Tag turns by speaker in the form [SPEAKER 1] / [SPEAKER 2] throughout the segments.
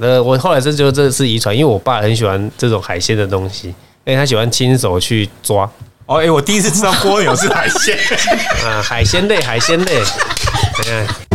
[SPEAKER 1] 那我后来真觉得这是遗传，因为我爸很喜欢这种海鲜的东西，因为他喜欢亲手去抓
[SPEAKER 2] 哦，哎、我第一次知道蜗牛是海鲜。
[SPEAKER 1] 啊，海鲜类，海鲜类。嗯，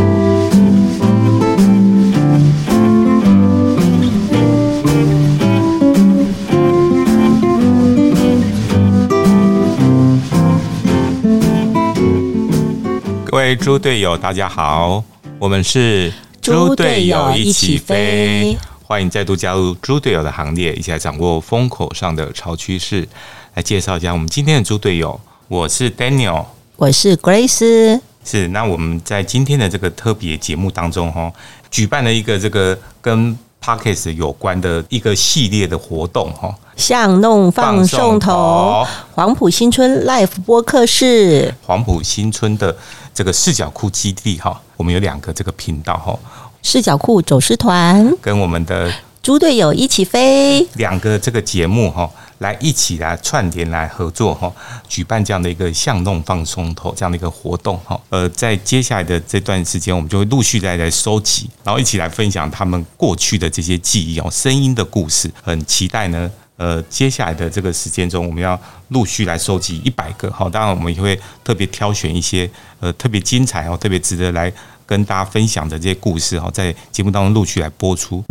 [SPEAKER 2] 各位猪队友，大家好，我们是
[SPEAKER 3] 猪队友一起飞，
[SPEAKER 2] 欢迎再度加入猪队友的行列，一起来掌握风口上的潮趋势。来介绍一下我们今天的猪队友，我是 Daniel。
[SPEAKER 3] 我是 Grace，
[SPEAKER 2] 是，那我们在今天的这个特别节目当中，哈，举办了一个这个跟 Pockets 有关的一个系列的活动，哈，
[SPEAKER 3] 向弄放送头，黄埔新村 Life 播客室，
[SPEAKER 2] 黄埔新村的这个视角库基地，哈，我们有两个这个频道，哈，
[SPEAKER 3] 视角库走失团，
[SPEAKER 2] 跟我们的
[SPEAKER 3] 猪队友一起飞，
[SPEAKER 2] 两个这个节目哈、来一起来串联来合作哈、举办这样的一个巷弄放松头这样的一个活动哈、呃，在接下来的这段时间，我们就会陆续再来收集，然后一起来分享他们过去的这些记忆哦，声音的故事，很期待呢。呃，接下来的这个时间中，我们要陆续来收集一百个哈、当然我们也会特别挑选一些呃特别精彩哦，特别值得来跟大家分享的这些故事哈、在节目当中陆续来播出。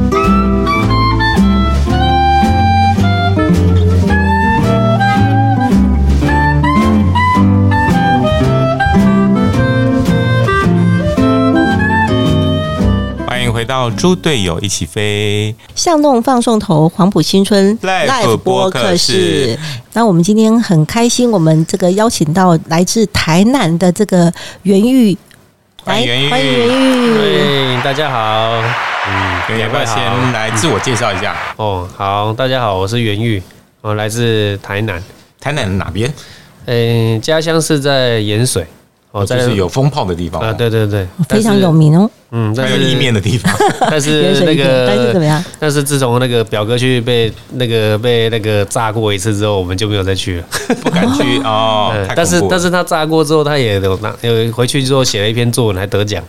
[SPEAKER 2] 欢迎回到猪队友一起飞，
[SPEAKER 3] 向弄放送头，黄埔新村
[SPEAKER 2] Live 播客室。
[SPEAKER 3] 那我们今天很开心，我们这个邀请到来自台南的这个袁玉，
[SPEAKER 2] 欢迎
[SPEAKER 3] 来
[SPEAKER 2] 袁玉
[SPEAKER 3] 欢迎袁玉。
[SPEAKER 1] 对，大家好。嗯，
[SPEAKER 2] 你要不要
[SPEAKER 1] 大家好
[SPEAKER 2] 先来自我介绍一下？
[SPEAKER 1] 嗯哦，好，大家好，我是袁玉，我来自台南，
[SPEAKER 2] 台南哪边？
[SPEAKER 1] 嗯、家乡是在盐水，哦，在
[SPEAKER 2] 就是有风炮的地方
[SPEAKER 1] 啊，对，对对，
[SPEAKER 3] 非常有
[SPEAKER 1] 名，
[SPEAKER 3] 名哦，
[SPEAKER 1] 嗯，但
[SPEAKER 2] 还
[SPEAKER 1] 是
[SPEAKER 2] 有意面的地 方。
[SPEAKER 1] 但
[SPEAKER 3] 原
[SPEAKER 1] 是
[SPEAKER 3] 水
[SPEAKER 1] 那
[SPEAKER 3] 一点但是怎么
[SPEAKER 1] 个，
[SPEAKER 3] 样？
[SPEAKER 1] 但是自从那个表哥去被那个被那个炸过一次之后，我们就没有再去了。
[SPEAKER 2] 不敢去哦
[SPEAKER 1] 嗯，
[SPEAKER 2] 太恐怖了
[SPEAKER 1] 但是但是他炸过之后，他也有拿有回去之后写了一篇作文，还得奖。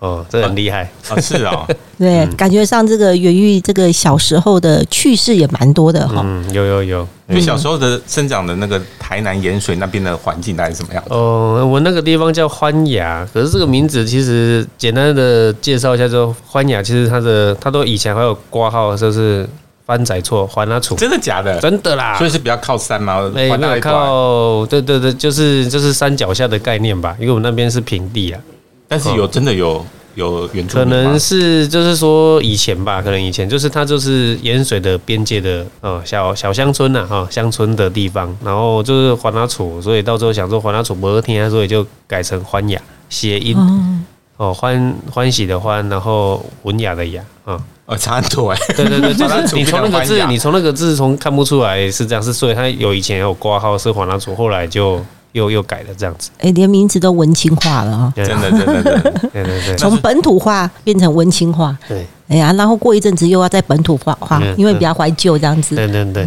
[SPEAKER 1] 哦，这很厉害。
[SPEAKER 2] 哦是哦，
[SPEAKER 3] 对，
[SPEAKER 1] 嗯
[SPEAKER 3] 感觉上这个袁玉这个小时候的趣事也蛮多
[SPEAKER 2] 哦
[SPEAKER 3] 的哈、
[SPEAKER 1] 嗯，有有有。
[SPEAKER 2] 你小时候的生长的那个台南盐水那边的环境大概是什么样？
[SPEAKER 1] 哦，我那个地方叫欢雅，可是这个名字其实简单的介绍一下之后，欢雅其实它的它都以前还有挂号，就是番仔错欢阿楚，
[SPEAKER 2] 真的假的？
[SPEAKER 1] 真的啦
[SPEAKER 2] 所。以是比较靠山嘛，
[SPEAKER 1] 哎、
[SPEAKER 2] 环
[SPEAKER 1] 那
[SPEAKER 2] 大一块
[SPEAKER 1] 靠，对对对，就是就是山脚下的概念吧，因为我们那边是平地啊，
[SPEAKER 2] 但是有真的有有原住
[SPEAKER 1] 可
[SPEAKER 2] 民吗
[SPEAKER 1] 能是就是说以前吧，可能以前就是它就是盐水的边界的呃小小乡村呐、啊、哈、乡村的地方，然后就是环阿楚，所以到时候想说环阿楚不合听，啊所以就改成欢雅谐音。
[SPEAKER 3] 嗯，
[SPEAKER 1] 哦，欢欢喜的欢，然后文雅的雅啊、
[SPEAKER 2] 哦，差很多哎。
[SPEAKER 1] 对对对，就
[SPEAKER 2] 把它
[SPEAKER 1] 是
[SPEAKER 2] 除
[SPEAKER 1] 你
[SPEAKER 2] 非
[SPEAKER 1] 从那
[SPEAKER 2] 它
[SPEAKER 1] 个
[SPEAKER 2] 欢
[SPEAKER 1] 字，
[SPEAKER 2] 雅
[SPEAKER 1] 你从那个字从看不出来是这样，是所以他有以前有挂号是黄拉祖，后来就又又改了这样子，
[SPEAKER 3] 哎、连名字都文青化了啊、
[SPEAKER 1] 对
[SPEAKER 2] 真的，真的，真的，
[SPEAKER 1] 对对对
[SPEAKER 3] 从本土化变成文青化，
[SPEAKER 1] 对
[SPEAKER 3] 哎呀，然后过一阵子又要再本土化化
[SPEAKER 1] 嗯，
[SPEAKER 3] 因为比较怀旧这样子。
[SPEAKER 1] 对对对，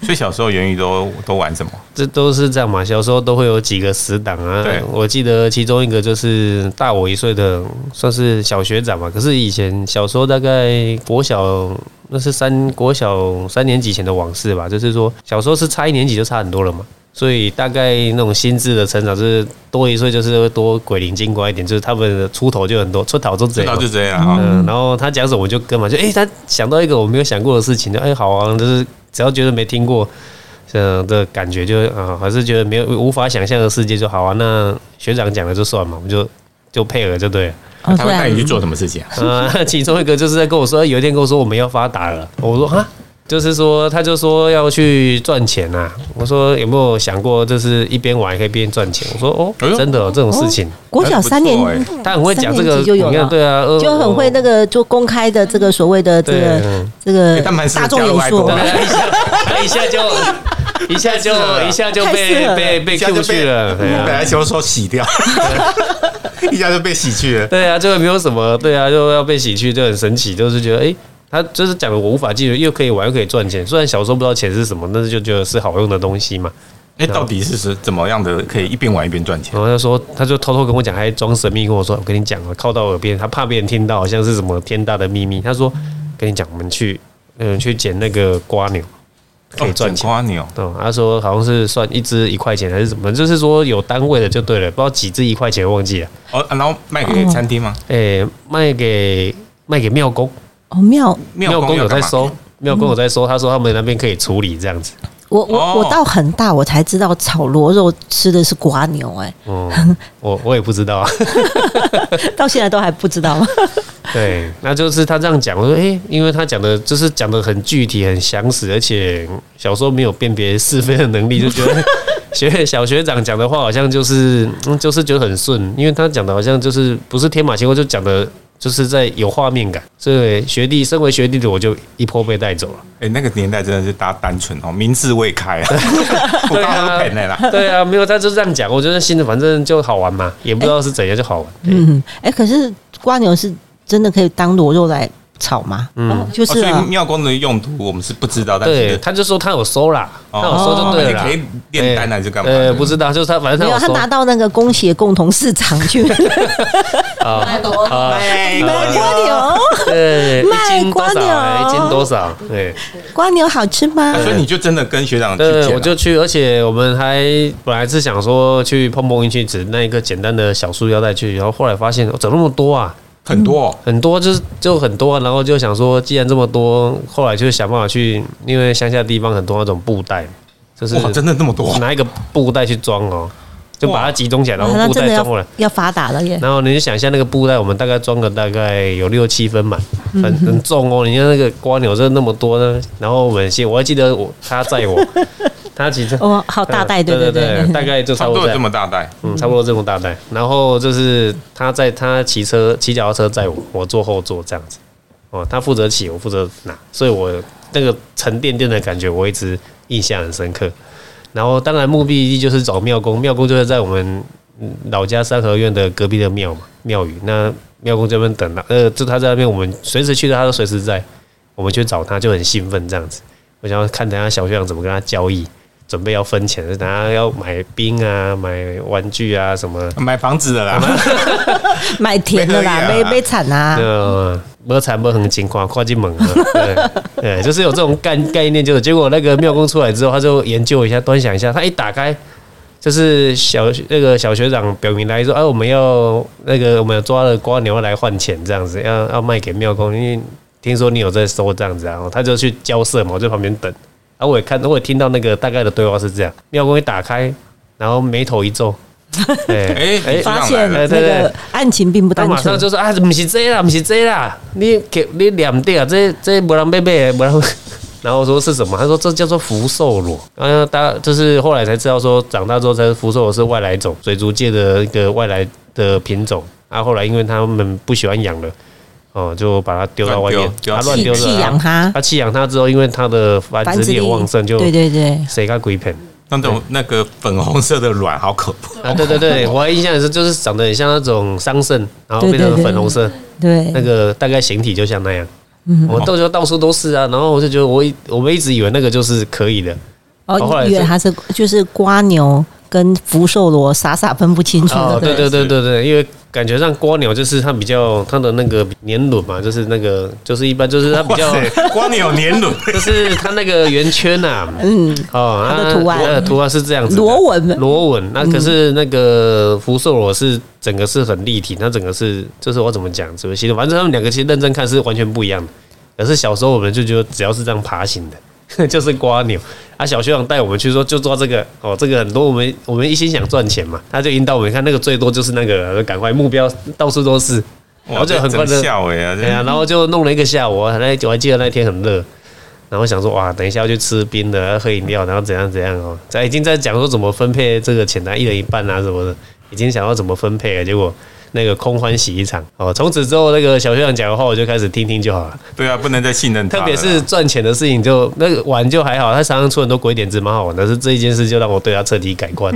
[SPEAKER 2] 所以小时候元宇都都玩什么？
[SPEAKER 1] 这都是这样嘛，小时候都会有几个死党啊
[SPEAKER 2] 对。
[SPEAKER 1] 我记得其中一个就是大我一岁的，算是小学长嘛。可是以前小时候大概国小，那是三国小三年级前的往事吧。就是说小时候是差一年级就差很多了嘛，所以大概那种心智的成长就是多一岁就是会多鬼灵精怪一点，就是他们的出头就很多，出头就
[SPEAKER 2] 知
[SPEAKER 1] 贼嘛
[SPEAKER 2] 道就这样啊。
[SPEAKER 1] 嗯，然后他讲什么我就跟嘛，就哎、诶他想到一个我没有想过的事情，就哎、好啊，就是只要觉得没听过，呃的感觉就啊，还是觉得没有无法想象的世界就好啊。那学长讲的就算嘛，我们就 就配合就对了。
[SPEAKER 3] 哦
[SPEAKER 2] 他会带你去做什么事情啊？
[SPEAKER 1] 啊，其中一个就是在跟我说，有一天跟我说我们要发达了，我说啊。就是说，他就说要去赚钱呐、啊。我说有没有想过，就是一边玩也可以一边赚钱？我说哦
[SPEAKER 2] 哎，呦
[SPEAKER 1] 真的、哦、这种事情，
[SPEAKER 3] 国小三年
[SPEAKER 2] 哎还不错欸
[SPEAKER 1] 他很会讲这
[SPEAKER 3] 三
[SPEAKER 1] 个，
[SPEAKER 3] 年级就有
[SPEAKER 1] 你看
[SPEAKER 3] 了
[SPEAKER 1] 对啊，呃
[SPEAKER 3] 就很会那个做公开的这个所谓的这
[SPEAKER 1] 对
[SPEAKER 3] 个
[SPEAKER 1] 嗯
[SPEAKER 3] 这个
[SPEAKER 2] 哎他蛮适合
[SPEAKER 3] 大众
[SPEAKER 2] 加入
[SPEAKER 3] 演
[SPEAKER 2] 爱
[SPEAKER 3] 说
[SPEAKER 2] 国，
[SPEAKER 1] 对一下他一下就一下就一下就
[SPEAKER 3] 太适合
[SPEAKER 1] 被
[SPEAKER 3] 了
[SPEAKER 1] 被被
[SPEAKER 2] 一下就
[SPEAKER 1] Q 去了，
[SPEAKER 2] 我
[SPEAKER 1] 对
[SPEAKER 2] 本
[SPEAKER 1] 啊
[SPEAKER 2] 来想说洗掉， 一下就被洗去了。
[SPEAKER 1] 对啊，就没有什么，对啊，就要被洗去，就很神奇，就是觉得哎、诶他就是讲的我无法记住，又可以玩又可以赚钱，虽然小时候不知道钱是什么，但是就觉得是好用的东西嘛。
[SPEAKER 2] 哎，到底是是怎么样的可以一边玩一边赚钱？
[SPEAKER 1] 然后他说，他就偷偷跟我讲，还装神秘跟我说，我跟你讲啊，靠到耳边，他怕别人听到，好像是什么天大的秘密。他说跟你讲，我们去嗯去捡那个瓜牛，
[SPEAKER 2] 哎
[SPEAKER 1] 可以赚钱。
[SPEAKER 2] 瓜牛，
[SPEAKER 1] 对，他说好像是算一只一块钱还是怎么，就是说有单位的就对了，不知道几只一块钱忘记了。
[SPEAKER 2] 哦，啊然后卖给餐厅吗？
[SPEAKER 1] 诶、卖给卖给庙公，
[SPEAKER 3] 哦，庙，
[SPEAKER 1] 庙公
[SPEAKER 2] 公
[SPEAKER 1] 有在收
[SPEAKER 2] 收，，
[SPEAKER 1] 庙公有在收，他说他们那边可以处理这样子。
[SPEAKER 3] 我我、
[SPEAKER 2] 哦
[SPEAKER 3] 我到很大我才知道炒螺肉吃的是瓜牛、欸
[SPEAKER 1] 嗯，我我也不知道啊。
[SPEAKER 3] 哎，到现在都还不知道。
[SPEAKER 1] 对，那就是他这样讲，我说诶、因为他讲的就是讲的很具体、很详实，而且小时候没有辨别是非的能力，就觉 得学小学长讲的话好像就是、嗯就是觉得很顺，因为他讲的好像就是不是天马行空，就讲的就是在有画面感。所以学弟，身为学弟的我就一波被带走 了。
[SPEAKER 2] 哎，那个年代真的是大家单纯哦，明智未开啊， 我
[SPEAKER 1] 对
[SPEAKER 2] 刚刚
[SPEAKER 1] 啊
[SPEAKER 2] 都了啦。
[SPEAKER 1] 对啊，没有，他就这样讲，我觉得心里反正就好玩嘛，也不知道是怎样就好玩。对
[SPEAKER 3] 嗯，哎、可是瓜牛是真的可以当螺肉来炒吗？嗯，就
[SPEAKER 2] 哦
[SPEAKER 3] 是、
[SPEAKER 2] 所
[SPEAKER 3] 啊
[SPEAKER 2] 以妙公的用途我们是不知道，但
[SPEAKER 1] 对，
[SPEAKER 2] 是
[SPEAKER 1] 他就说他有收啦，他有收就
[SPEAKER 2] 哦
[SPEAKER 1] 对了
[SPEAKER 2] 你
[SPEAKER 1] 啦。
[SPEAKER 2] 可以炼丹还是干嘛
[SPEAKER 1] 呃，
[SPEAKER 2] 的？
[SPEAKER 1] 不知道，就是他，反正他
[SPEAKER 3] 没有，
[SPEAKER 1] 有
[SPEAKER 3] 他
[SPEAKER 1] 收
[SPEAKER 3] 拿到那个工协共同市场 去 卖
[SPEAKER 1] 啊啊，
[SPEAKER 2] 哎
[SPEAKER 1] 卖
[SPEAKER 3] 瓜
[SPEAKER 1] 啊
[SPEAKER 3] 牛，
[SPEAKER 1] 对，一
[SPEAKER 3] 卖
[SPEAKER 1] 斤多
[SPEAKER 3] 瓜
[SPEAKER 1] 少啊？
[SPEAKER 3] 牛
[SPEAKER 1] 一斤多少？对，
[SPEAKER 3] 瓜牛好吃吗
[SPEAKER 2] 啊？所以你就真的跟学长去
[SPEAKER 1] 对，
[SPEAKER 2] 捡啊
[SPEAKER 1] 我
[SPEAKER 2] 了
[SPEAKER 1] 就去，而且我们还本来是想说去碰碰运气纸那一个简单的小束腰带去，然后后来发现哦怎么那么多啊？
[SPEAKER 2] 很多哦
[SPEAKER 1] 很多就是就很多啊，然后就想说，既然这么多，后来就想办法去，因为乡下地方很多那种布袋，嗯就是
[SPEAKER 2] 哇，真的那么多
[SPEAKER 1] 拿一个布袋去装哦，就把它集中起来，然后
[SPEAKER 3] 啊那
[SPEAKER 1] 布
[SPEAKER 3] 真
[SPEAKER 1] 袋
[SPEAKER 3] 的
[SPEAKER 1] 装过来
[SPEAKER 3] 要。要发达了 耶！
[SPEAKER 1] 然后你就想一下那个布袋，我们大概装个大概有六七分满，
[SPEAKER 3] 嗯
[SPEAKER 1] 很很重哦。你看那个瓜牛真的那么多呢。然后我们先，我还记得我他载 我，他其实
[SPEAKER 3] 哦，好大袋，对
[SPEAKER 1] 对
[SPEAKER 3] 对对，
[SPEAKER 1] 大概就
[SPEAKER 2] 差
[SPEAKER 1] 差
[SPEAKER 2] 不
[SPEAKER 1] 不多
[SPEAKER 2] 多有这
[SPEAKER 1] 这么，
[SPEAKER 2] 么大袋，
[SPEAKER 1] 嗯，差不多这么大袋。然后就是他在他骑车骑脚踏车载我，我坐后座这样子。哦，他负责骑，我负责拿，所以我那个沉甸甸的感觉，我一直印象很深刻。然后当然目的地就是找庙公，庙公就是在我们嗯老家三合院的隔壁的庙嘛，庙宇。那庙公这边等了，呃，就他在那边，我们随时去的，他都随时在，我们去找他就很兴奋这样子。我想要看等下小学长怎么跟他交易，准备要分钱，等下要买冰啊、买玩具啊什么。
[SPEAKER 2] 买房子的啦，
[SPEAKER 3] 买甜的啦，
[SPEAKER 2] 没合理
[SPEAKER 3] 没
[SPEAKER 2] 啊
[SPEAKER 3] 没惨啊，
[SPEAKER 1] 呃，没惨没很情况，跨进门了，对，对，就是有这种概概念，就是结果那个庙公出来之后，他就研究一下，端详一下，他一打开，就是小那个小学长表明来说，哎、我们要那个我们抓了瓜牛来换钱，这样子要要卖给庙公，因为听说你有在收这样子啊，然后他就去交涉嘛，我在旁边等，然后我也看，我也听到那个大概的对话是这样，庙公一打开，然后眉头一皱，哎
[SPEAKER 2] 哎你知道
[SPEAKER 3] 发现
[SPEAKER 2] 对
[SPEAKER 3] 那
[SPEAKER 1] 对对
[SPEAKER 3] 个案情并不
[SPEAKER 1] 他
[SPEAKER 3] 单
[SPEAKER 1] 马上
[SPEAKER 3] 纯。
[SPEAKER 1] 就说啊，不是这啦，不是这啦，你给你两对啊，这这没人要买 的，没人。然后我说是什么？他说这叫做福寿螺。嗯、啊，大就是后来才知道说，长大之后才福寿螺是外来种，水族界的一个外来的品种。啊，后来因为他们不喜欢养了，哦、就把它丢到外面
[SPEAKER 2] 乱，丢
[SPEAKER 1] 他乱
[SPEAKER 3] 弃
[SPEAKER 1] 丢的
[SPEAKER 3] 弃
[SPEAKER 1] 啊
[SPEAKER 3] 养。它，
[SPEAKER 1] 他弃养它之后，因为它的繁
[SPEAKER 3] 繁
[SPEAKER 1] 殖
[SPEAKER 3] 殖
[SPEAKER 1] 力
[SPEAKER 3] 力
[SPEAKER 1] 很旺盛，就
[SPEAKER 3] 对对对，
[SPEAKER 1] 谁敢鬼骗？
[SPEAKER 2] 那种那个粉红色的卵好可怕，
[SPEAKER 3] 哦
[SPEAKER 1] 啊，对对对，我还印象也是，就是长得很像那种桑葚，然后变
[SPEAKER 3] 对对
[SPEAKER 1] 成
[SPEAKER 3] 对
[SPEAKER 1] 粉红色。
[SPEAKER 3] 对
[SPEAKER 1] 那，个大概形体就像那样。我到时候到处都是啊，然后我就觉得我一我们一直以为那个就是可以的，后
[SPEAKER 3] 哦，
[SPEAKER 1] 来
[SPEAKER 3] 以为
[SPEAKER 1] 是
[SPEAKER 3] 它是就是瓜牛跟福寿螺傻傻分不清楚
[SPEAKER 1] 哦，
[SPEAKER 3] 的，
[SPEAKER 1] 对对
[SPEAKER 2] 是
[SPEAKER 1] 对对对，因为感觉上蜗牛就是它比较它的那个年轮嘛，就是那个就是一般就是它比较
[SPEAKER 2] 哇塞，光你有 年轮，
[SPEAKER 1] 就是它那个圆圈呐，
[SPEAKER 3] 嗯，
[SPEAKER 1] 哦，
[SPEAKER 3] 它的图案
[SPEAKER 1] 它的图案是这样子的，
[SPEAKER 3] 螺纹嗯
[SPEAKER 1] 螺纹。那可是那个福寿螺是整个是很立体，它整个是就是我怎么讲，怎么形容？反正他们两个其实认真看是完全不一样的。可是小时候我们就觉得只要是这样爬行的， 就是瓜牛啊。小学长带我们去说就抓这个哦，这个很多我们我们一心想赚钱嘛，他就引导我们看那个最多就是那个，赶快目标到处都是。然
[SPEAKER 2] 我
[SPEAKER 1] 后就很快
[SPEAKER 2] 真
[SPEAKER 1] 的
[SPEAKER 2] 笑哎呀，
[SPEAKER 1] 对啊，然后就弄了一个下午，啊，那我还记得那天很热，然后想说哇，等一下要去吃冰的，要喝饮料，然后怎样怎样哦，在已经在讲说怎么分配这个钱啊，一人一半啊什么的，已经想要怎么分配了，结果那个空欢喜一场哦。从此之后，那个小学长讲的话，我就开始听听就好了。
[SPEAKER 2] 对啊，不能再信任他
[SPEAKER 1] 特
[SPEAKER 2] 了啦，
[SPEAKER 1] 别是赚钱的事情就，那个玩就还好，他常常出很多鬼点子，蛮好玩的。但是这一件事就让我对他彻底改观。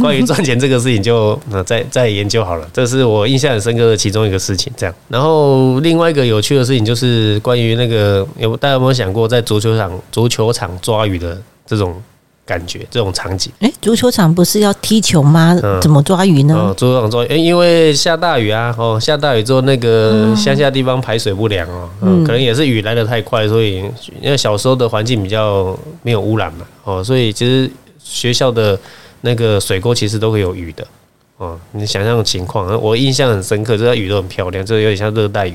[SPEAKER 1] 关于赚钱这个事情就，那再再研究好了。这是我印象很深刻的其中一个事情。这样，然后另外一个有趣的事情就是关于那个有大家有没有想过，在足球场足球场抓鱼的这种感觉，这种场景。
[SPEAKER 3] 哎，足球场不是要踢球吗？
[SPEAKER 1] 嗯
[SPEAKER 3] 怎么抓鱼呢
[SPEAKER 1] 哦，？桌上桌，哎、因为下大雨啊，哦，下大雨之后那个乡下地方排水不良哦，嗯，可能也是雨来的太快，所以因为小时候的环境比较没有污染嘛，哦，所以其实学校的那个水沟其实都会有雨的，哦，你想象的情况，呃我印象很深刻，这雨都很漂亮，就是有点像热带雨。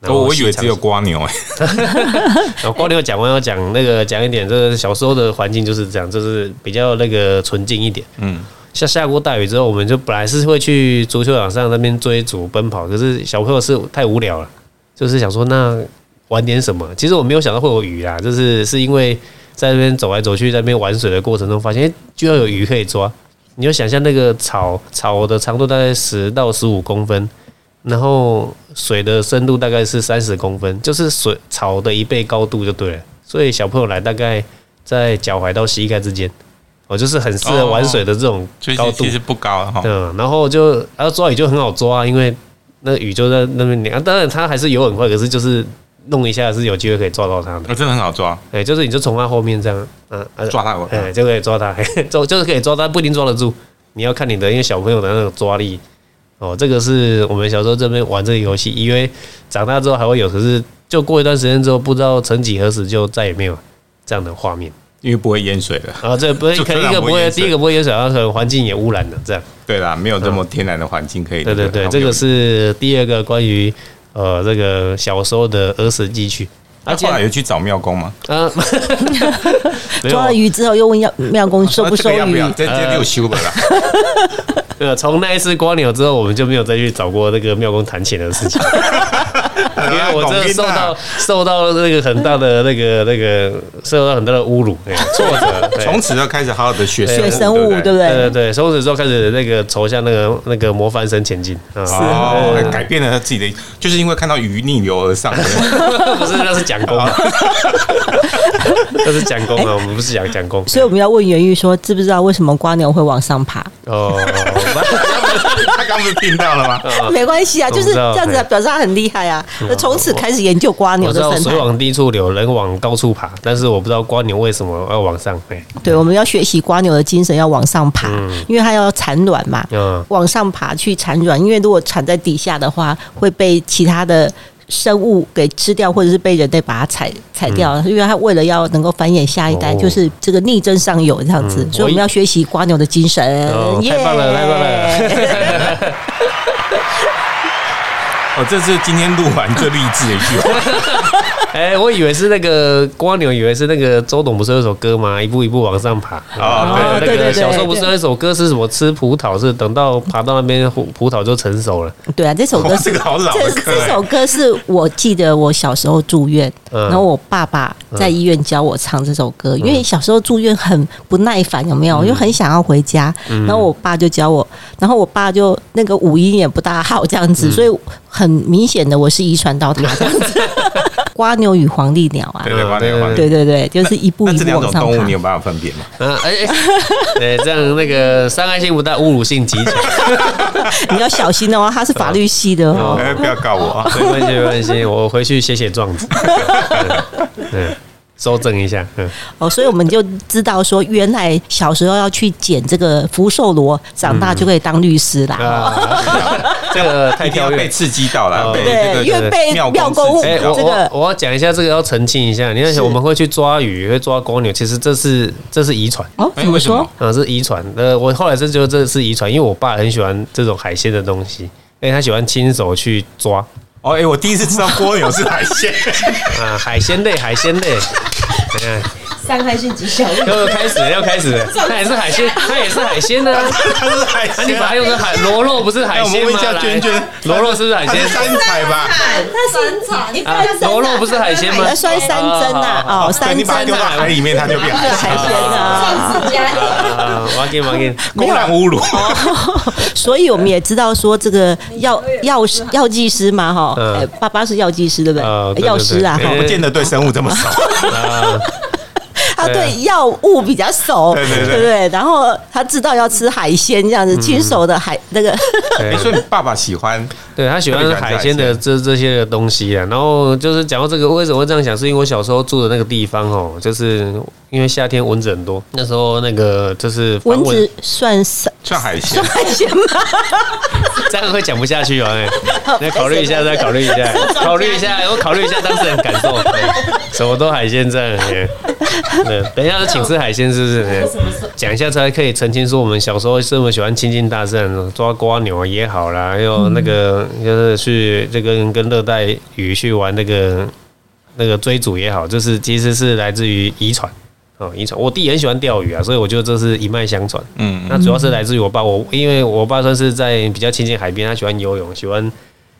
[SPEAKER 1] 然后
[SPEAKER 2] 哦我以为
[SPEAKER 1] 细长
[SPEAKER 2] 只有瓜牛哎、
[SPEAKER 1] 然后哦光牛讲完要讲那个讲一点，这个小时候的环境就是这样，就是比较那个纯净一点。
[SPEAKER 2] 嗯，
[SPEAKER 1] 像下过大雨之后，我们就本来是会去足球场上那边追逐奔跑，可是小朋友是太无聊了，就是想说那玩点什么。其实我没有想到会有雨啦，就是是因为在那边走来走去，在那边玩水的过程中，发现、诶居然有鱼可以抓。你就想象那个草草的长度大概十到十五公分，然后水的深度大概是三十公分，就是水草的一倍高度就对了。所以小朋友来大概在脚踝到膝盖之间，哦，就是很适合玩水的这种
[SPEAKER 2] 所以
[SPEAKER 1] 高
[SPEAKER 2] 其
[SPEAKER 1] 度
[SPEAKER 2] 其。实不高哈。
[SPEAKER 1] 嗯，然后就然后抓鱼就很好抓，啊因为那个鱼就在那边啊，当然它还是游很快，可是就是弄一下是有机会可以抓到它的。
[SPEAKER 2] 我真的很好抓，
[SPEAKER 1] 哎，就是你就从它后面这样，嗯、啊，
[SPEAKER 2] 嗯抓到我。
[SPEAKER 1] 哎，就可以抓它，嘿 就就是可以抓它，不一定抓得住。你要看你的，因为小朋友的那种抓力哦，这个是我们小时候这边玩这个游戏，因为长大之后还会有，可是就过一段时间之后，不知道曾几何时就再也没有这样的画面。
[SPEAKER 2] 因为不会淹水了。
[SPEAKER 1] 然后这不是
[SPEAKER 2] 就
[SPEAKER 1] 可
[SPEAKER 2] 自
[SPEAKER 1] 能
[SPEAKER 2] 然
[SPEAKER 1] 一个
[SPEAKER 2] 不
[SPEAKER 1] 不
[SPEAKER 2] 会
[SPEAKER 1] 会，
[SPEAKER 2] 淹水
[SPEAKER 1] 第一个不会淹水，然后可能环境也污染了，这样。
[SPEAKER 2] 对啦，没有这么天然的环境可以。
[SPEAKER 1] 嗯对对对，这个。是第二个关于呃这个小时候的儿时记趣。
[SPEAKER 2] 那
[SPEAKER 1] 而且
[SPEAKER 2] 后来有去找庙公吗？
[SPEAKER 1] 啊，没有啊
[SPEAKER 3] 抓了鱼之后又问要妙公收不收
[SPEAKER 2] 啊这个要不
[SPEAKER 3] 鱼
[SPEAKER 2] 要？这
[SPEAKER 1] 呃
[SPEAKER 2] 这六修了啦。
[SPEAKER 1] 对，从那一次瓜牛之后，我们就没有再去找过那个庙公谈钱的事情， 因
[SPEAKER 2] 啊
[SPEAKER 1] 为我真的受到受到那个很大的那个那个受到很大的侮辱，哎挫折。对
[SPEAKER 2] 从此就开始好好的学
[SPEAKER 3] 学生
[SPEAKER 2] 物，
[SPEAKER 3] 物对
[SPEAKER 2] 对？
[SPEAKER 3] 不
[SPEAKER 1] 对呃对
[SPEAKER 3] 对？
[SPEAKER 1] 对，从此之后开始那个朝向那个那个模范生前进啊，
[SPEAKER 2] 哦
[SPEAKER 1] 对，对
[SPEAKER 2] 改变了他自己的，就是因为看到鱼逆流而上，
[SPEAKER 1] 对不是那是蒋公啊，那是蒋公啊，我们不是讲蒋公，
[SPEAKER 3] 所以我们要问袁玉说，知不知道为什么瓜牛会往上爬？
[SPEAKER 1] 哦，
[SPEAKER 2] 他刚不是听到了吗？
[SPEAKER 3] 没关系啊，
[SPEAKER 1] 我
[SPEAKER 3] 就
[SPEAKER 1] 不
[SPEAKER 3] 是
[SPEAKER 1] 知道嗯
[SPEAKER 3] 这样子啊，表示他很厉害啊。那从此开始研究瓜牛
[SPEAKER 1] 我知
[SPEAKER 3] 的
[SPEAKER 1] 道
[SPEAKER 3] 生态
[SPEAKER 1] 水。往低处流，人往高处爬，但是我不知道瓜牛为什么要往上。哎、
[SPEAKER 3] 对，我们要学习瓜牛的精神，要往上爬，因为它要产卵嘛，
[SPEAKER 1] 嗯，
[SPEAKER 3] 往上爬去产卵。因为如果产在底下的话，会被其他的生物给吃掉，或者是被人类把它踩踩掉。因为它为了要能够繁衍下一代，
[SPEAKER 1] 嗯哦
[SPEAKER 3] 就是这个逆增上游这样子，
[SPEAKER 1] 嗯
[SPEAKER 3] 所以我们
[SPEAKER 1] 我
[SPEAKER 3] 要学习瓜牛的精神。
[SPEAKER 1] 哦
[SPEAKER 3] 呃耶
[SPEAKER 1] 太棒了，太棒了！
[SPEAKER 2] 哦，这是今天录完最励志的一句话。
[SPEAKER 1] 哎、我以为是那个瓜牛，以为是那个周董不是有一首歌吗？一步一步往上爬。嗯
[SPEAKER 2] 哦
[SPEAKER 1] 那
[SPEAKER 3] 啊对对
[SPEAKER 1] 个
[SPEAKER 3] 对
[SPEAKER 1] 小时候不是有一首歌是什么？吃葡萄是等到爬到那边葡葡萄就成熟了。
[SPEAKER 3] 对啊，这首歌
[SPEAKER 2] 哇，
[SPEAKER 3] 是
[SPEAKER 2] 这个好老
[SPEAKER 3] 这
[SPEAKER 2] 的歌
[SPEAKER 3] 这首歌是我记得我小时候住院，
[SPEAKER 1] 嗯
[SPEAKER 3] 然后我爸爸在医院教我唱这首歌，因为小时候住院很不耐烦，有没有？我就很想要回家，然后我爸就教我，然后我爸就那个五音也不大好这样子，所以很明显的我是遗传到他这样子。瓜牛与黄鹂鸟啊
[SPEAKER 2] 哎，对对对对
[SPEAKER 1] 嗯
[SPEAKER 3] 对对对，就是一步
[SPEAKER 2] 那
[SPEAKER 3] 一
[SPEAKER 2] 这
[SPEAKER 3] 步
[SPEAKER 2] 两
[SPEAKER 3] 往
[SPEAKER 2] 种
[SPEAKER 3] 上
[SPEAKER 2] 动物
[SPEAKER 3] 爬
[SPEAKER 2] 你。有办法分别吗？
[SPEAKER 1] 嗯，哎、哎，对，这样那个伤害性不大，侮辱性极强。
[SPEAKER 3] 你要小心哦，他是法律系 的哦。
[SPEAKER 2] 哎，不要告我啊！
[SPEAKER 1] 没关系，没关系，我回去写写状子，嗯嗯，收正一下。嗯
[SPEAKER 3] 哦，所以我们就知道说，原来小时候要去捡这个福寿螺，长大就可以当律师啦。
[SPEAKER 1] 啊，这个太
[SPEAKER 2] 一定要
[SPEAKER 1] 跳跃
[SPEAKER 2] 被。刺激到了，
[SPEAKER 1] 哦
[SPEAKER 2] 被
[SPEAKER 3] 对
[SPEAKER 2] 这个
[SPEAKER 3] 因为被
[SPEAKER 2] 庙
[SPEAKER 3] 庙公
[SPEAKER 2] 公刺
[SPEAKER 1] 哎、
[SPEAKER 2] 激到
[SPEAKER 1] 我
[SPEAKER 3] 这个
[SPEAKER 1] 我我要讲一下，这个要澄清一下。你
[SPEAKER 3] 是
[SPEAKER 1] 看，我们会去抓鱼，会抓公牛，其实这是这是遗传
[SPEAKER 3] 哦，
[SPEAKER 2] 哎
[SPEAKER 3] 怎么
[SPEAKER 2] 为什
[SPEAKER 3] 说
[SPEAKER 2] 么？
[SPEAKER 1] 啊，是遗传。呃，我后来是觉得这是遗传，因为我爸很喜欢这种海鲜的东西，哎，他喜欢亲手去抓
[SPEAKER 2] 哦，哎，我第一次知道蜗牛是海鲜，
[SPEAKER 1] 啊，海鲜类，海鲜类。嗯，
[SPEAKER 3] 伤害性极小。
[SPEAKER 1] 又开始了又开始了，他也是海鲜，他也是海鲜呢、啊。
[SPEAKER 2] 它是海
[SPEAKER 1] 你
[SPEAKER 2] 鲜
[SPEAKER 1] 把
[SPEAKER 2] 啊
[SPEAKER 1] 它。用成海螺肉不是海
[SPEAKER 2] 那我们
[SPEAKER 1] 鲜
[SPEAKER 2] 问一
[SPEAKER 1] 吗？
[SPEAKER 2] 下
[SPEAKER 1] 来
[SPEAKER 2] 娟娟，
[SPEAKER 1] 螺肉是不是海
[SPEAKER 2] 它
[SPEAKER 1] 鲜
[SPEAKER 2] 是？三彩吧？
[SPEAKER 3] 它是一
[SPEAKER 1] 啊，螺肉不是海鲜吗？
[SPEAKER 3] 酸三针呐，哦，
[SPEAKER 2] 对，
[SPEAKER 3] 三
[SPEAKER 2] 你把它
[SPEAKER 3] 针
[SPEAKER 2] 丢到
[SPEAKER 3] 呐，
[SPEAKER 2] 海里面，它就变海
[SPEAKER 3] 海
[SPEAKER 2] 鲜。
[SPEAKER 3] 鲜啊。
[SPEAKER 1] 啊，我给我给，
[SPEAKER 2] 公然侮辱，
[SPEAKER 3] 所以我们也知道说，这个药药师药剂师嘛，哈，
[SPEAKER 1] 嗯
[SPEAKER 3] 哎爸爸是药剂师对不
[SPEAKER 1] 呃对
[SPEAKER 3] 对？
[SPEAKER 1] 对
[SPEAKER 3] 药师啊，
[SPEAKER 1] 对
[SPEAKER 3] 哈
[SPEAKER 1] 对
[SPEAKER 2] 不见得对生物这么熟。
[SPEAKER 3] 他对药物比较熟，对对对，然后他知道要吃海鲜这样子，亲手的海那个
[SPEAKER 2] 哎所以爸爸喜欢
[SPEAKER 1] 对他喜欢海鲜的这这些的东西啊。然后就是讲到这个，为什么会这样想？是因为我小时候住的那个地方哦，就是因为夏天蚊子很多，那时候那个就是防
[SPEAKER 3] 蚊子算算
[SPEAKER 2] 串海鲜
[SPEAKER 3] 算，海鲜吗？
[SPEAKER 1] 这样会讲不下去哦。哎，那考虑一下，再考虑一 下，考虑一下，我考虑一下当事人感受。对什么都海鲜这样。哎对，等一下请吃海鲜是不是？哎讲一下才可以澄清说我们小时候这么喜欢亲近大自然，抓瓜牛也好啦，还有那个
[SPEAKER 2] 嗯
[SPEAKER 1] 就是去这个跟热带鱼去玩那个那个追逐也好，就是其实是来自于遗传。哦，遗传，我弟很喜欢钓鱼啊，所以我觉得这是一脉相传。
[SPEAKER 2] 嗯，
[SPEAKER 1] 那主要是来自于我爸，我因为我爸算是在比较亲近海边，他喜欢游泳，喜欢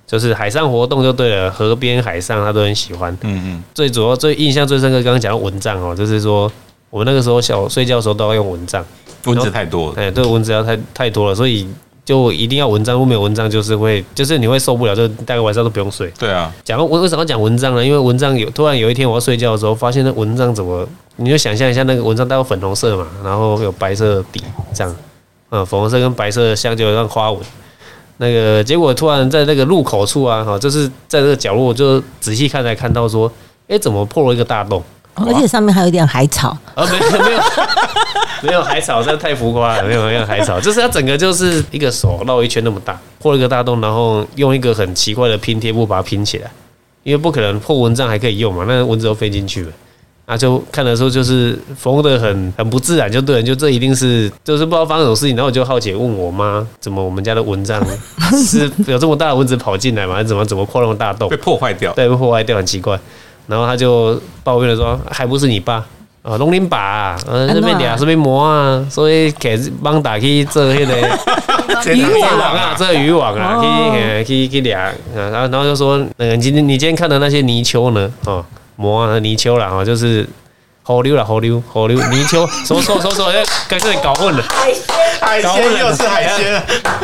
[SPEAKER 1] 就是海上活动就对了，河边、海上他都很喜欢。
[SPEAKER 2] 嗯
[SPEAKER 1] 最主要、最印象最深刻，刚刚讲到蚊帐哦，就是说我们那个时候小睡觉的时候都要用蚊帐，
[SPEAKER 2] 嗯，蚊子太多了，
[SPEAKER 1] 哎，对，蚊子要太太多了，所以就一定要蚊帐，如果没有蚊帐就是会，就是你会受不了，就大概晚上都不用睡。
[SPEAKER 2] 对啊，
[SPEAKER 1] 讲到我为什么要讲蚊帐呢？因为蚊帐有突然有一天我要睡觉的时候，发现那蚊帐怎么，你就想象一下那个蚊帐，带有粉红色嘛，然后有白色的底这样，嗯，粉红色跟白色的相就像花纹。那个结果突然在那个入口处啊，哈，就是在这个角落，我就仔细看才看到说，哎、怎么破了一个大洞？
[SPEAKER 3] 而且上面还有一点海草，
[SPEAKER 1] 啊，没 有没有没有海草，这太浮夸了，没有没有海草，就是它整个就是一个手绕一圈那么大，破了一个大洞，然后用一个很奇怪的拼贴布把它拼起来，因为不可能破蚊帐还可以用嘛，那蚊子都飞进去了。啊，就看的时候就是缝的很很不自然，就对了，就这一定是就是不知道发生什么事情，然后我就好奇问我妈，怎么我们家的蚊帐 是有这么大的蚊子跑进来吗？怎么怎么破那么大洞
[SPEAKER 2] 被？破坏掉，
[SPEAKER 1] 对，被破坏掉很奇怪。然后他就抱怨了说，还不是你爸。啊，弄恁爸、啊，呃，这边俩这边磨啊，所以给帮打去做迄、那个
[SPEAKER 2] 真 的
[SPEAKER 1] 渔网啊，这渔网啊，
[SPEAKER 3] 哦
[SPEAKER 1] 去呃去去俩，啊然后然后就说，那个你今天你今天看的那些泥鳅呢，哦，磨啊泥鳅啦，哦，就是河流啦，河流河流泥鳅， 说说说说，哎刚才搞混了，
[SPEAKER 2] 海
[SPEAKER 1] 搞混了，
[SPEAKER 2] 啊，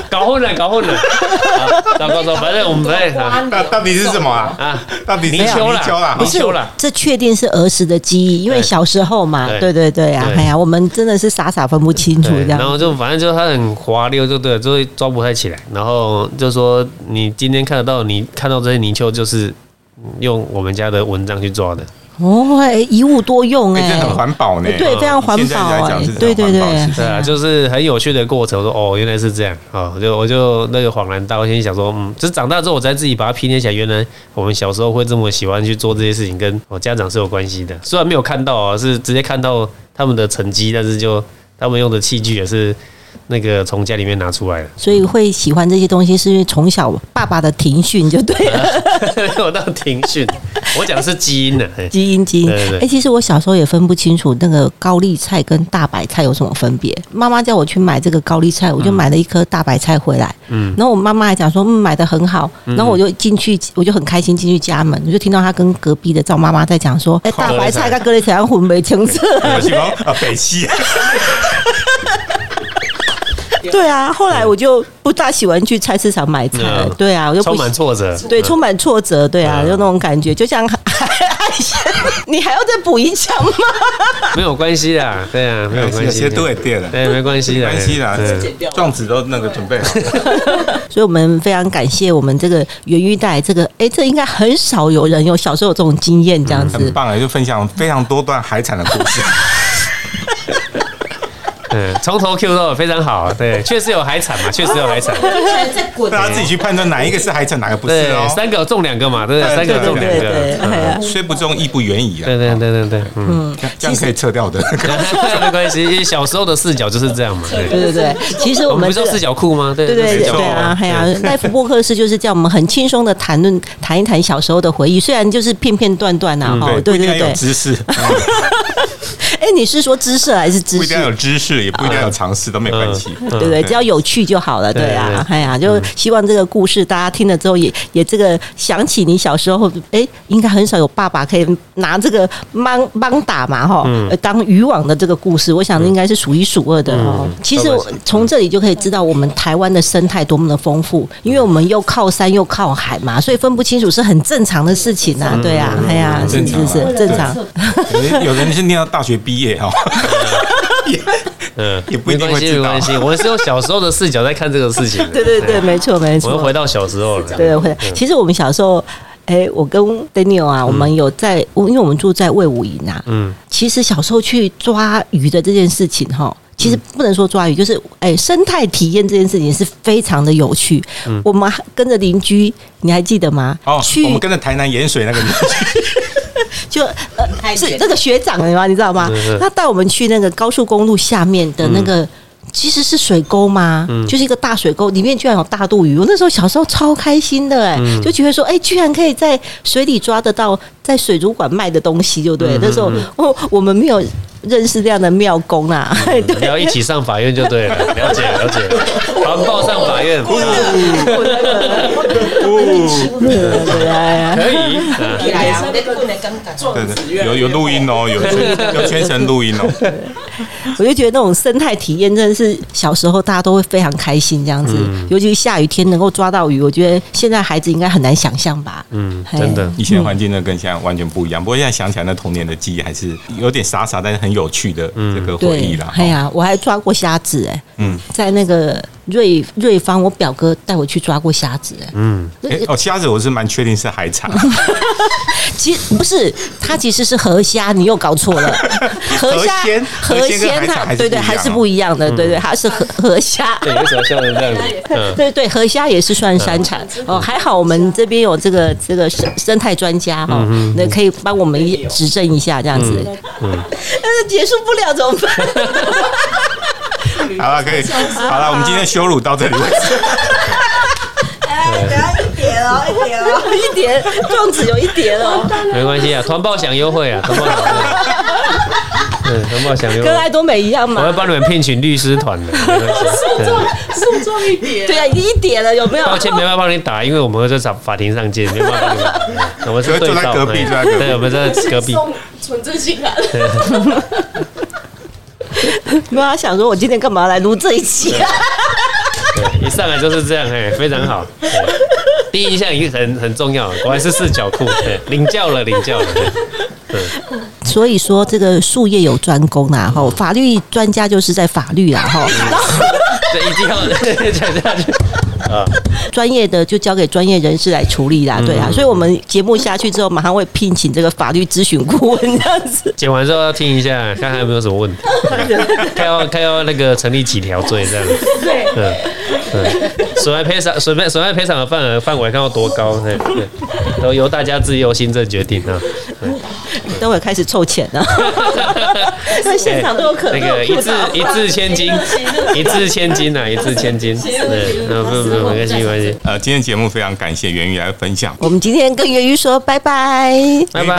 [SPEAKER 1] 搞混了，搞混了，啊糟糕糟糕，反正我们反正啊
[SPEAKER 2] 那到底是什么啊？
[SPEAKER 1] 啊，
[SPEAKER 2] 到底是
[SPEAKER 1] 泥鳅啦
[SPEAKER 2] 泥鳅啦
[SPEAKER 1] 不
[SPEAKER 3] 不
[SPEAKER 1] 泥，是
[SPEAKER 3] 是
[SPEAKER 1] 鳅啦
[SPEAKER 3] 这确定是儿时的记忆，因为
[SPEAKER 1] 对
[SPEAKER 3] 小时候嘛，
[SPEAKER 1] 对
[SPEAKER 3] 对对对啊，
[SPEAKER 1] 对
[SPEAKER 3] 哎呀，我们真的是傻傻分不清楚
[SPEAKER 1] 对，
[SPEAKER 3] 这样
[SPEAKER 1] 然。后就反正就他很滑溜，就对了，就会抓不太起来。然后就说你今天看得到，你看到这些泥鳅就是嗯用我们家的蚊帐去抓的。
[SPEAKER 3] 哦，哎一物多用
[SPEAKER 2] 哎
[SPEAKER 3] 哎
[SPEAKER 2] 这，很环保呢，哦
[SPEAKER 3] 对，非常环
[SPEAKER 2] 现在
[SPEAKER 3] 保
[SPEAKER 2] 来
[SPEAKER 3] 哎
[SPEAKER 2] 讲是，
[SPEAKER 3] 对对
[SPEAKER 2] 很环保
[SPEAKER 3] 对
[SPEAKER 2] 其，实
[SPEAKER 1] 对啊，就是很有趣的过程。我说哦，原来是这样啊、哦，就我就那个恍然大悟，先想说，嗯，就是长大之后我才自己把它拼贴起来。原来我们小时候会这么喜欢去做这些事情，跟我、哦家长是有关系的。虽然没有看到啊，是直接看到他们的成绩，但是就他们用的器具也是那个从家里面拿出来的。
[SPEAKER 3] 所以会喜欢这些东西，是因为从小爸爸的庭训就对 了，
[SPEAKER 1] 我到庭训，我讲的是基因的、啊嘿
[SPEAKER 3] 基因基因。
[SPEAKER 1] 对对对
[SPEAKER 3] 哎，其实我小时候也分不清楚那个高丽菜跟大白菜有什么分别。妈妈叫我去买这个高丽菜，我就
[SPEAKER 1] 嗯
[SPEAKER 3] 买了一颗大白菜回来。嗯，然后我妈妈还讲说，嗯，买的很好。然后我就进去，我就很开心进去家门，我就听到她跟隔壁的赵妈妈在讲说，哎，大白菜跟高丽菜混为 清澈。
[SPEAKER 2] 我喜欢啊北西，
[SPEAKER 3] 对啊，后来我就不大喜欢去菜市场买菜了
[SPEAKER 1] 嗯。
[SPEAKER 3] 对啊，我就不
[SPEAKER 1] 充满挫折，
[SPEAKER 3] 对，
[SPEAKER 1] 嗯
[SPEAKER 3] 充满挫折，对啊，
[SPEAKER 1] 嗯
[SPEAKER 3] 就那种感觉，就像海鲜，你还要再补一枪吗？
[SPEAKER 1] 没有关系啦，对啊，没有关
[SPEAKER 2] 哎有
[SPEAKER 1] 系，
[SPEAKER 2] 些都会变了，
[SPEAKER 1] 对，没关系
[SPEAKER 2] 没
[SPEAKER 1] 啦，
[SPEAKER 2] 关系啦
[SPEAKER 1] 对，
[SPEAKER 2] 状子都那个准备好了，
[SPEAKER 3] 所以我们非常感谢我们这个袁玉带这个，哎，这应该很少有人有小时候有这种经验这样子。
[SPEAKER 2] 很棒啊，就分享非常多段海产的故 事，
[SPEAKER 1] 嗯，从头 Q 到尾非常好，对，确实有海产嘛，确实有海
[SPEAKER 2] 哦
[SPEAKER 1] 产，
[SPEAKER 4] 在滚
[SPEAKER 2] 大家自己去判断哪一个是海产，哪个不是
[SPEAKER 1] 对，
[SPEAKER 2] 哦。
[SPEAKER 1] 三个中两个嘛，对不对？
[SPEAKER 2] 对
[SPEAKER 1] 三个中
[SPEAKER 2] 对
[SPEAKER 1] 两
[SPEAKER 3] 对对，
[SPEAKER 1] 个，
[SPEAKER 3] 哎呀，
[SPEAKER 2] 虽不中亦不远矣啊，
[SPEAKER 1] 对对对对对，嗯，
[SPEAKER 2] 这样这样可以撤掉的。
[SPEAKER 1] 没关系，因为小时候的视角就是这样嘛，对，
[SPEAKER 3] 对对对，其实
[SPEAKER 1] 我
[SPEAKER 3] 我
[SPEAKER 1] 们
[SPEAKER 3] 们
[SPEAKER 1] 不
[SPEAKER 3] 这
[SPEAKER 1] 叫
[SPEAKER 3] 个
[SPEAKER 1] 视。角库吗？对
[SPEAKER 3] 对对
[SPEAKER 2] 没
[SPEAKER 3] 对
[SPEAKER 2] 错
[SPEAKER 3] 对啊，哎呀
[SPEAKER 1] 对，
[SPEAKER 3] 赖福播客室就是叫我们很轻松的谈论谈一谈小时候的回忆，虽然就是片片段段呐、啊， 哦，
[SPEAKER 2] 不
[SPEAKER 3] 对
[SPEAKER 2] 一定
[SPEAKER 3] 对
[SPEAKER 2] 要
[SPEAKER 3] 对
[SPEAKER 2] 有，知 识，
[SPEAKER 3] 哎，你是说知识还是知
[SPEAKER 2] 不一
[SPEAKER 3] 识
[SPEAKER 2] 定？要有知识，也不一定要有尝试，都没关系。
[SPEAKER 1] 嗯
[SPEAKER 3] 对不对？
[SPEAKER 2] 对
[SPEAKER 3] 只要有趣就好了，
[SPEAKER 1] 对
[SPEAKER 3] 对
[SPEAKER 1] 对
[SPEAKER 3] 啊，哎呀，就希望这个故事大家听了之后也也这个想起你小时候，哎，应该很少有爸爸可以拿这个帮帮打嘛哈，呃当渔网的这个故事，我想应该是数一数二的哦。其实我从这里就可以知道我们台湾的生态多么的丰富，因为我们又靠山又靠海嘛，所以分不清楚是嗯很正常的事情啊，对啊，哎呀，是
[SPEAKER 2] 正常
[SPEAKER 3] 是
[SPEAKER 2] 啊
[SPEAKER 3] 是正常。
[SPEAKER 2] 有人有人是念到大学毕毕业哈，
[SPEAKER 1] 嗯，
[SPEAKER 2] 也不一
[SPEAKER 1] 没
[SPEAKER 2] 定
[SPEAKER 1] 关
[SPEAKER 2] 会
[SPEAKER 1] 系，
[SPEAKER 2] 知
[SPEAKER 1] 没
[SPEAKER 2] 道
[SPEAKER 1] 关。系，我是用小时候的视角在看这个事情的。哎
[SPEAKER 3] 对对对，没错没
[SPEAKER 1] 我
[SPEAKER 3] 错。
[SPEAKER 1] 又回到小时候了。
[SPEAKER 3] 对，啊会。
[SPEAKER 2] 嗯
[SPEAKER 3] 其实我们小时候，哎、我跟 Daniel 啊，我们有在，因为我们住在魏武营啊。
[SPEAKER 1] 嗯
[SPEAKER 3] 其实小时候去抓鱼的这件事情，哈，其
[SPEAKER 2] 嗯
[SPEAKER 3] 实不能说抓鱼，就是哎、生态体验这件事情是非常的有趣。我们还跟着邻居，你还记得吗？
[SPEAKER 2] 嗯哦，
[SPEAKER 3] 去
[SPEAKER 2] 我们跟着台南盐水 那个，
[SPEAKER 3] 就
[SPEAKER 1] 哎
[SPEAKER 3] 呃是那个学长嘛，你知道吗
[SPEAKER 1] 是是？
[SPEAKER 3] 他带我们去那个高速公路下面的那个。其实是水沟吗？就是一个大水沟，里面居然有大肚鱼。我那时候小时候超开心的、哎、就觉得说，哎、居然可以在水里抓得到在水族馆卖的东西，就对了。那时候哦，我们没有认识这样的庙公啊，对，
[SPEAKER 1] 你要一起上法院就 对了，了解了解，环抱上法院，嗯
[SPEAKER 3] 对啊
[SPEAKER 1] 可以，嗯
[SPEAKER 2] 对对，有有录音哦，有全有全程录音 哦。
[SPEAKER 3] 我就觉得那种生态体验真的是小时候大家都会非常开心这样子，
[SPEAKER 2] 嗯
[SPEAKER 3] 尤其是下雨天能够抓到鱼，我觉得现在孩子应该很难想象吧。
[SPEAKER 1] 嗯，真的，
[SPEAKER 2] 以前环境呢跟现在完全不一样，不过现在想起来那童年的记忆还是有点傻傻，但是很有趣的这个回忆
[SPEAKER 3] 嗯对
[SPEAKER 2] 啦，。哦
[SPEAKER 3] 哎呀，我还抓过虾子哎、
[SPEAKER 2] 嗯，
[SPEAKER 3] 在那个瑞瑞芳，我表哥带我去抓过虾子哎、
[SPEAKER 1] 嗯，
[SPEAKER 2] 哎哦，虾子我是蛮确定是海 产，
[SPEAKER 3] 其实不是，它其实是河虾，你又搞错 了。河虾
[SPEAKER 2] 河鲜，河
[SPEAKER 3] 河
[SPEAKER 2] 鲜跟海
[SPEAKER 3] 鲜啊
[SPEAKER 2] 产还是
[SPEAKER 3] 对
[SPEAKER 2] 不一
[SPEAKER 3] 对，
[SPEAKER 2] 样
[SPEAKER 3] 还是
[SPEAKER 2] 哦
[SPEAKER 3] 不一样的，对对，它是河河虾。
[SPEAKER 1] 对，为什么笑成
[SPEAKER 2] 哎
[SPEAKER 1] 这样子？嗯，
[SPEAKER 3] 对对，河虾也是算山产哦，还好我们这边有这个这个生生态专家
[SPEAKER 1] 嗯
[SPEAKER 3] 哈，那可以帮我们一指正一下这样子。
[SPEAKER 1] 嗯
[SPEAKER 3] 但是结束不了怎么办？
[SPEAKER 2] 好了，可以，好了，我们今天羞辱到这里为止。
[SPEAKER 4] 哎，等下一点哦，一点哦。
[SPEAKER 3] 一碟粽子有一哦 碟了，
[SPEAKER 1] 没关系啊，团报享优惠啊，团报享优惠，嗯，团报享优
[SPEAKER 3] 跟
[SPEAKER 1] 惠，
[SPEAKER 3] 爱多美一样
[SPEAKER 1] 我会
[SPEAKER 3] 嘛。
[SPEAKER 1] 帮你们聘请律师团的，没 关系嗯
[SPEAKER 5] 树状一点。
[SPEAKER 3] 对啊，已经一碟了，有没有？
[SPEAKER 1] 抱歉，没办法帮你打，因为我们会在法法庭上见，没办法帮你打。 嗯我们是对
[SPEAKER 2] 就在
[SPEAKER 1] 照，
[SPEAKER 2] 隔壁
[SPEAKER 1] 哎
[SPEAKER 2] 就在隔壁
[SPEAKER 1] 对，我们在隔壁。
[SPEAKER 5] 送纯正性感，
[SPEAKER 3] 没有，他啊想说我今天干嘛来录这一期
[SPEAKER 1] 嗯
[SPEAKER 3] 啊？
[SPEAKER 1] 对，一上来就是这样，哎，非常好。对第一印象已经很很重要，果然是四角裤，对领教了，领教了。哎嗯对，
[SPEAKER 3] 所以说这个术业有专攻啦，哈，法律专家就是在法律啦，啊哈，
[SPEAKER 1] 嗯
[SPEAKER 3] 然后
[SPEAKER 1] 这一定 要讲下去啊！
[SPEAKER 3] 专业的就交给专业人士来处
[SPEAKER 1] 嗯
[SPEAKER 3] 理啦，对啊，所以我们节目下去之后，马上会聘请这个法律咨询 顾问这样子。
[SPEAKER 1] 剪完之后要听一下，看看有没有什么问 题，看要看要那个成立几条罪这样。对，嗯嗯，损害赔偿损害损害赔偿的范额范围看到多高，对对，都由大家自由行政决定啊。
[SPEAKER 3] 等会开始凑钱 呢，那现场都有可
[SPEAKER 1] 哎
[SPEAKER 3] 能
[SPEAKER 1] 那个一字一字千金，一字千金啊呐，一字千 金。对，那不不，没关系没关系，
[SPEAKER 2] 呃，今天节目非常感谢袁宇来分享，
[SPEAKER 3] 我们今天跟源于说拜拜。
[SPEAKER 1] 拜拜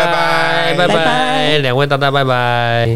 [SPEAKER 1] 拜拜，两位大大拜拜。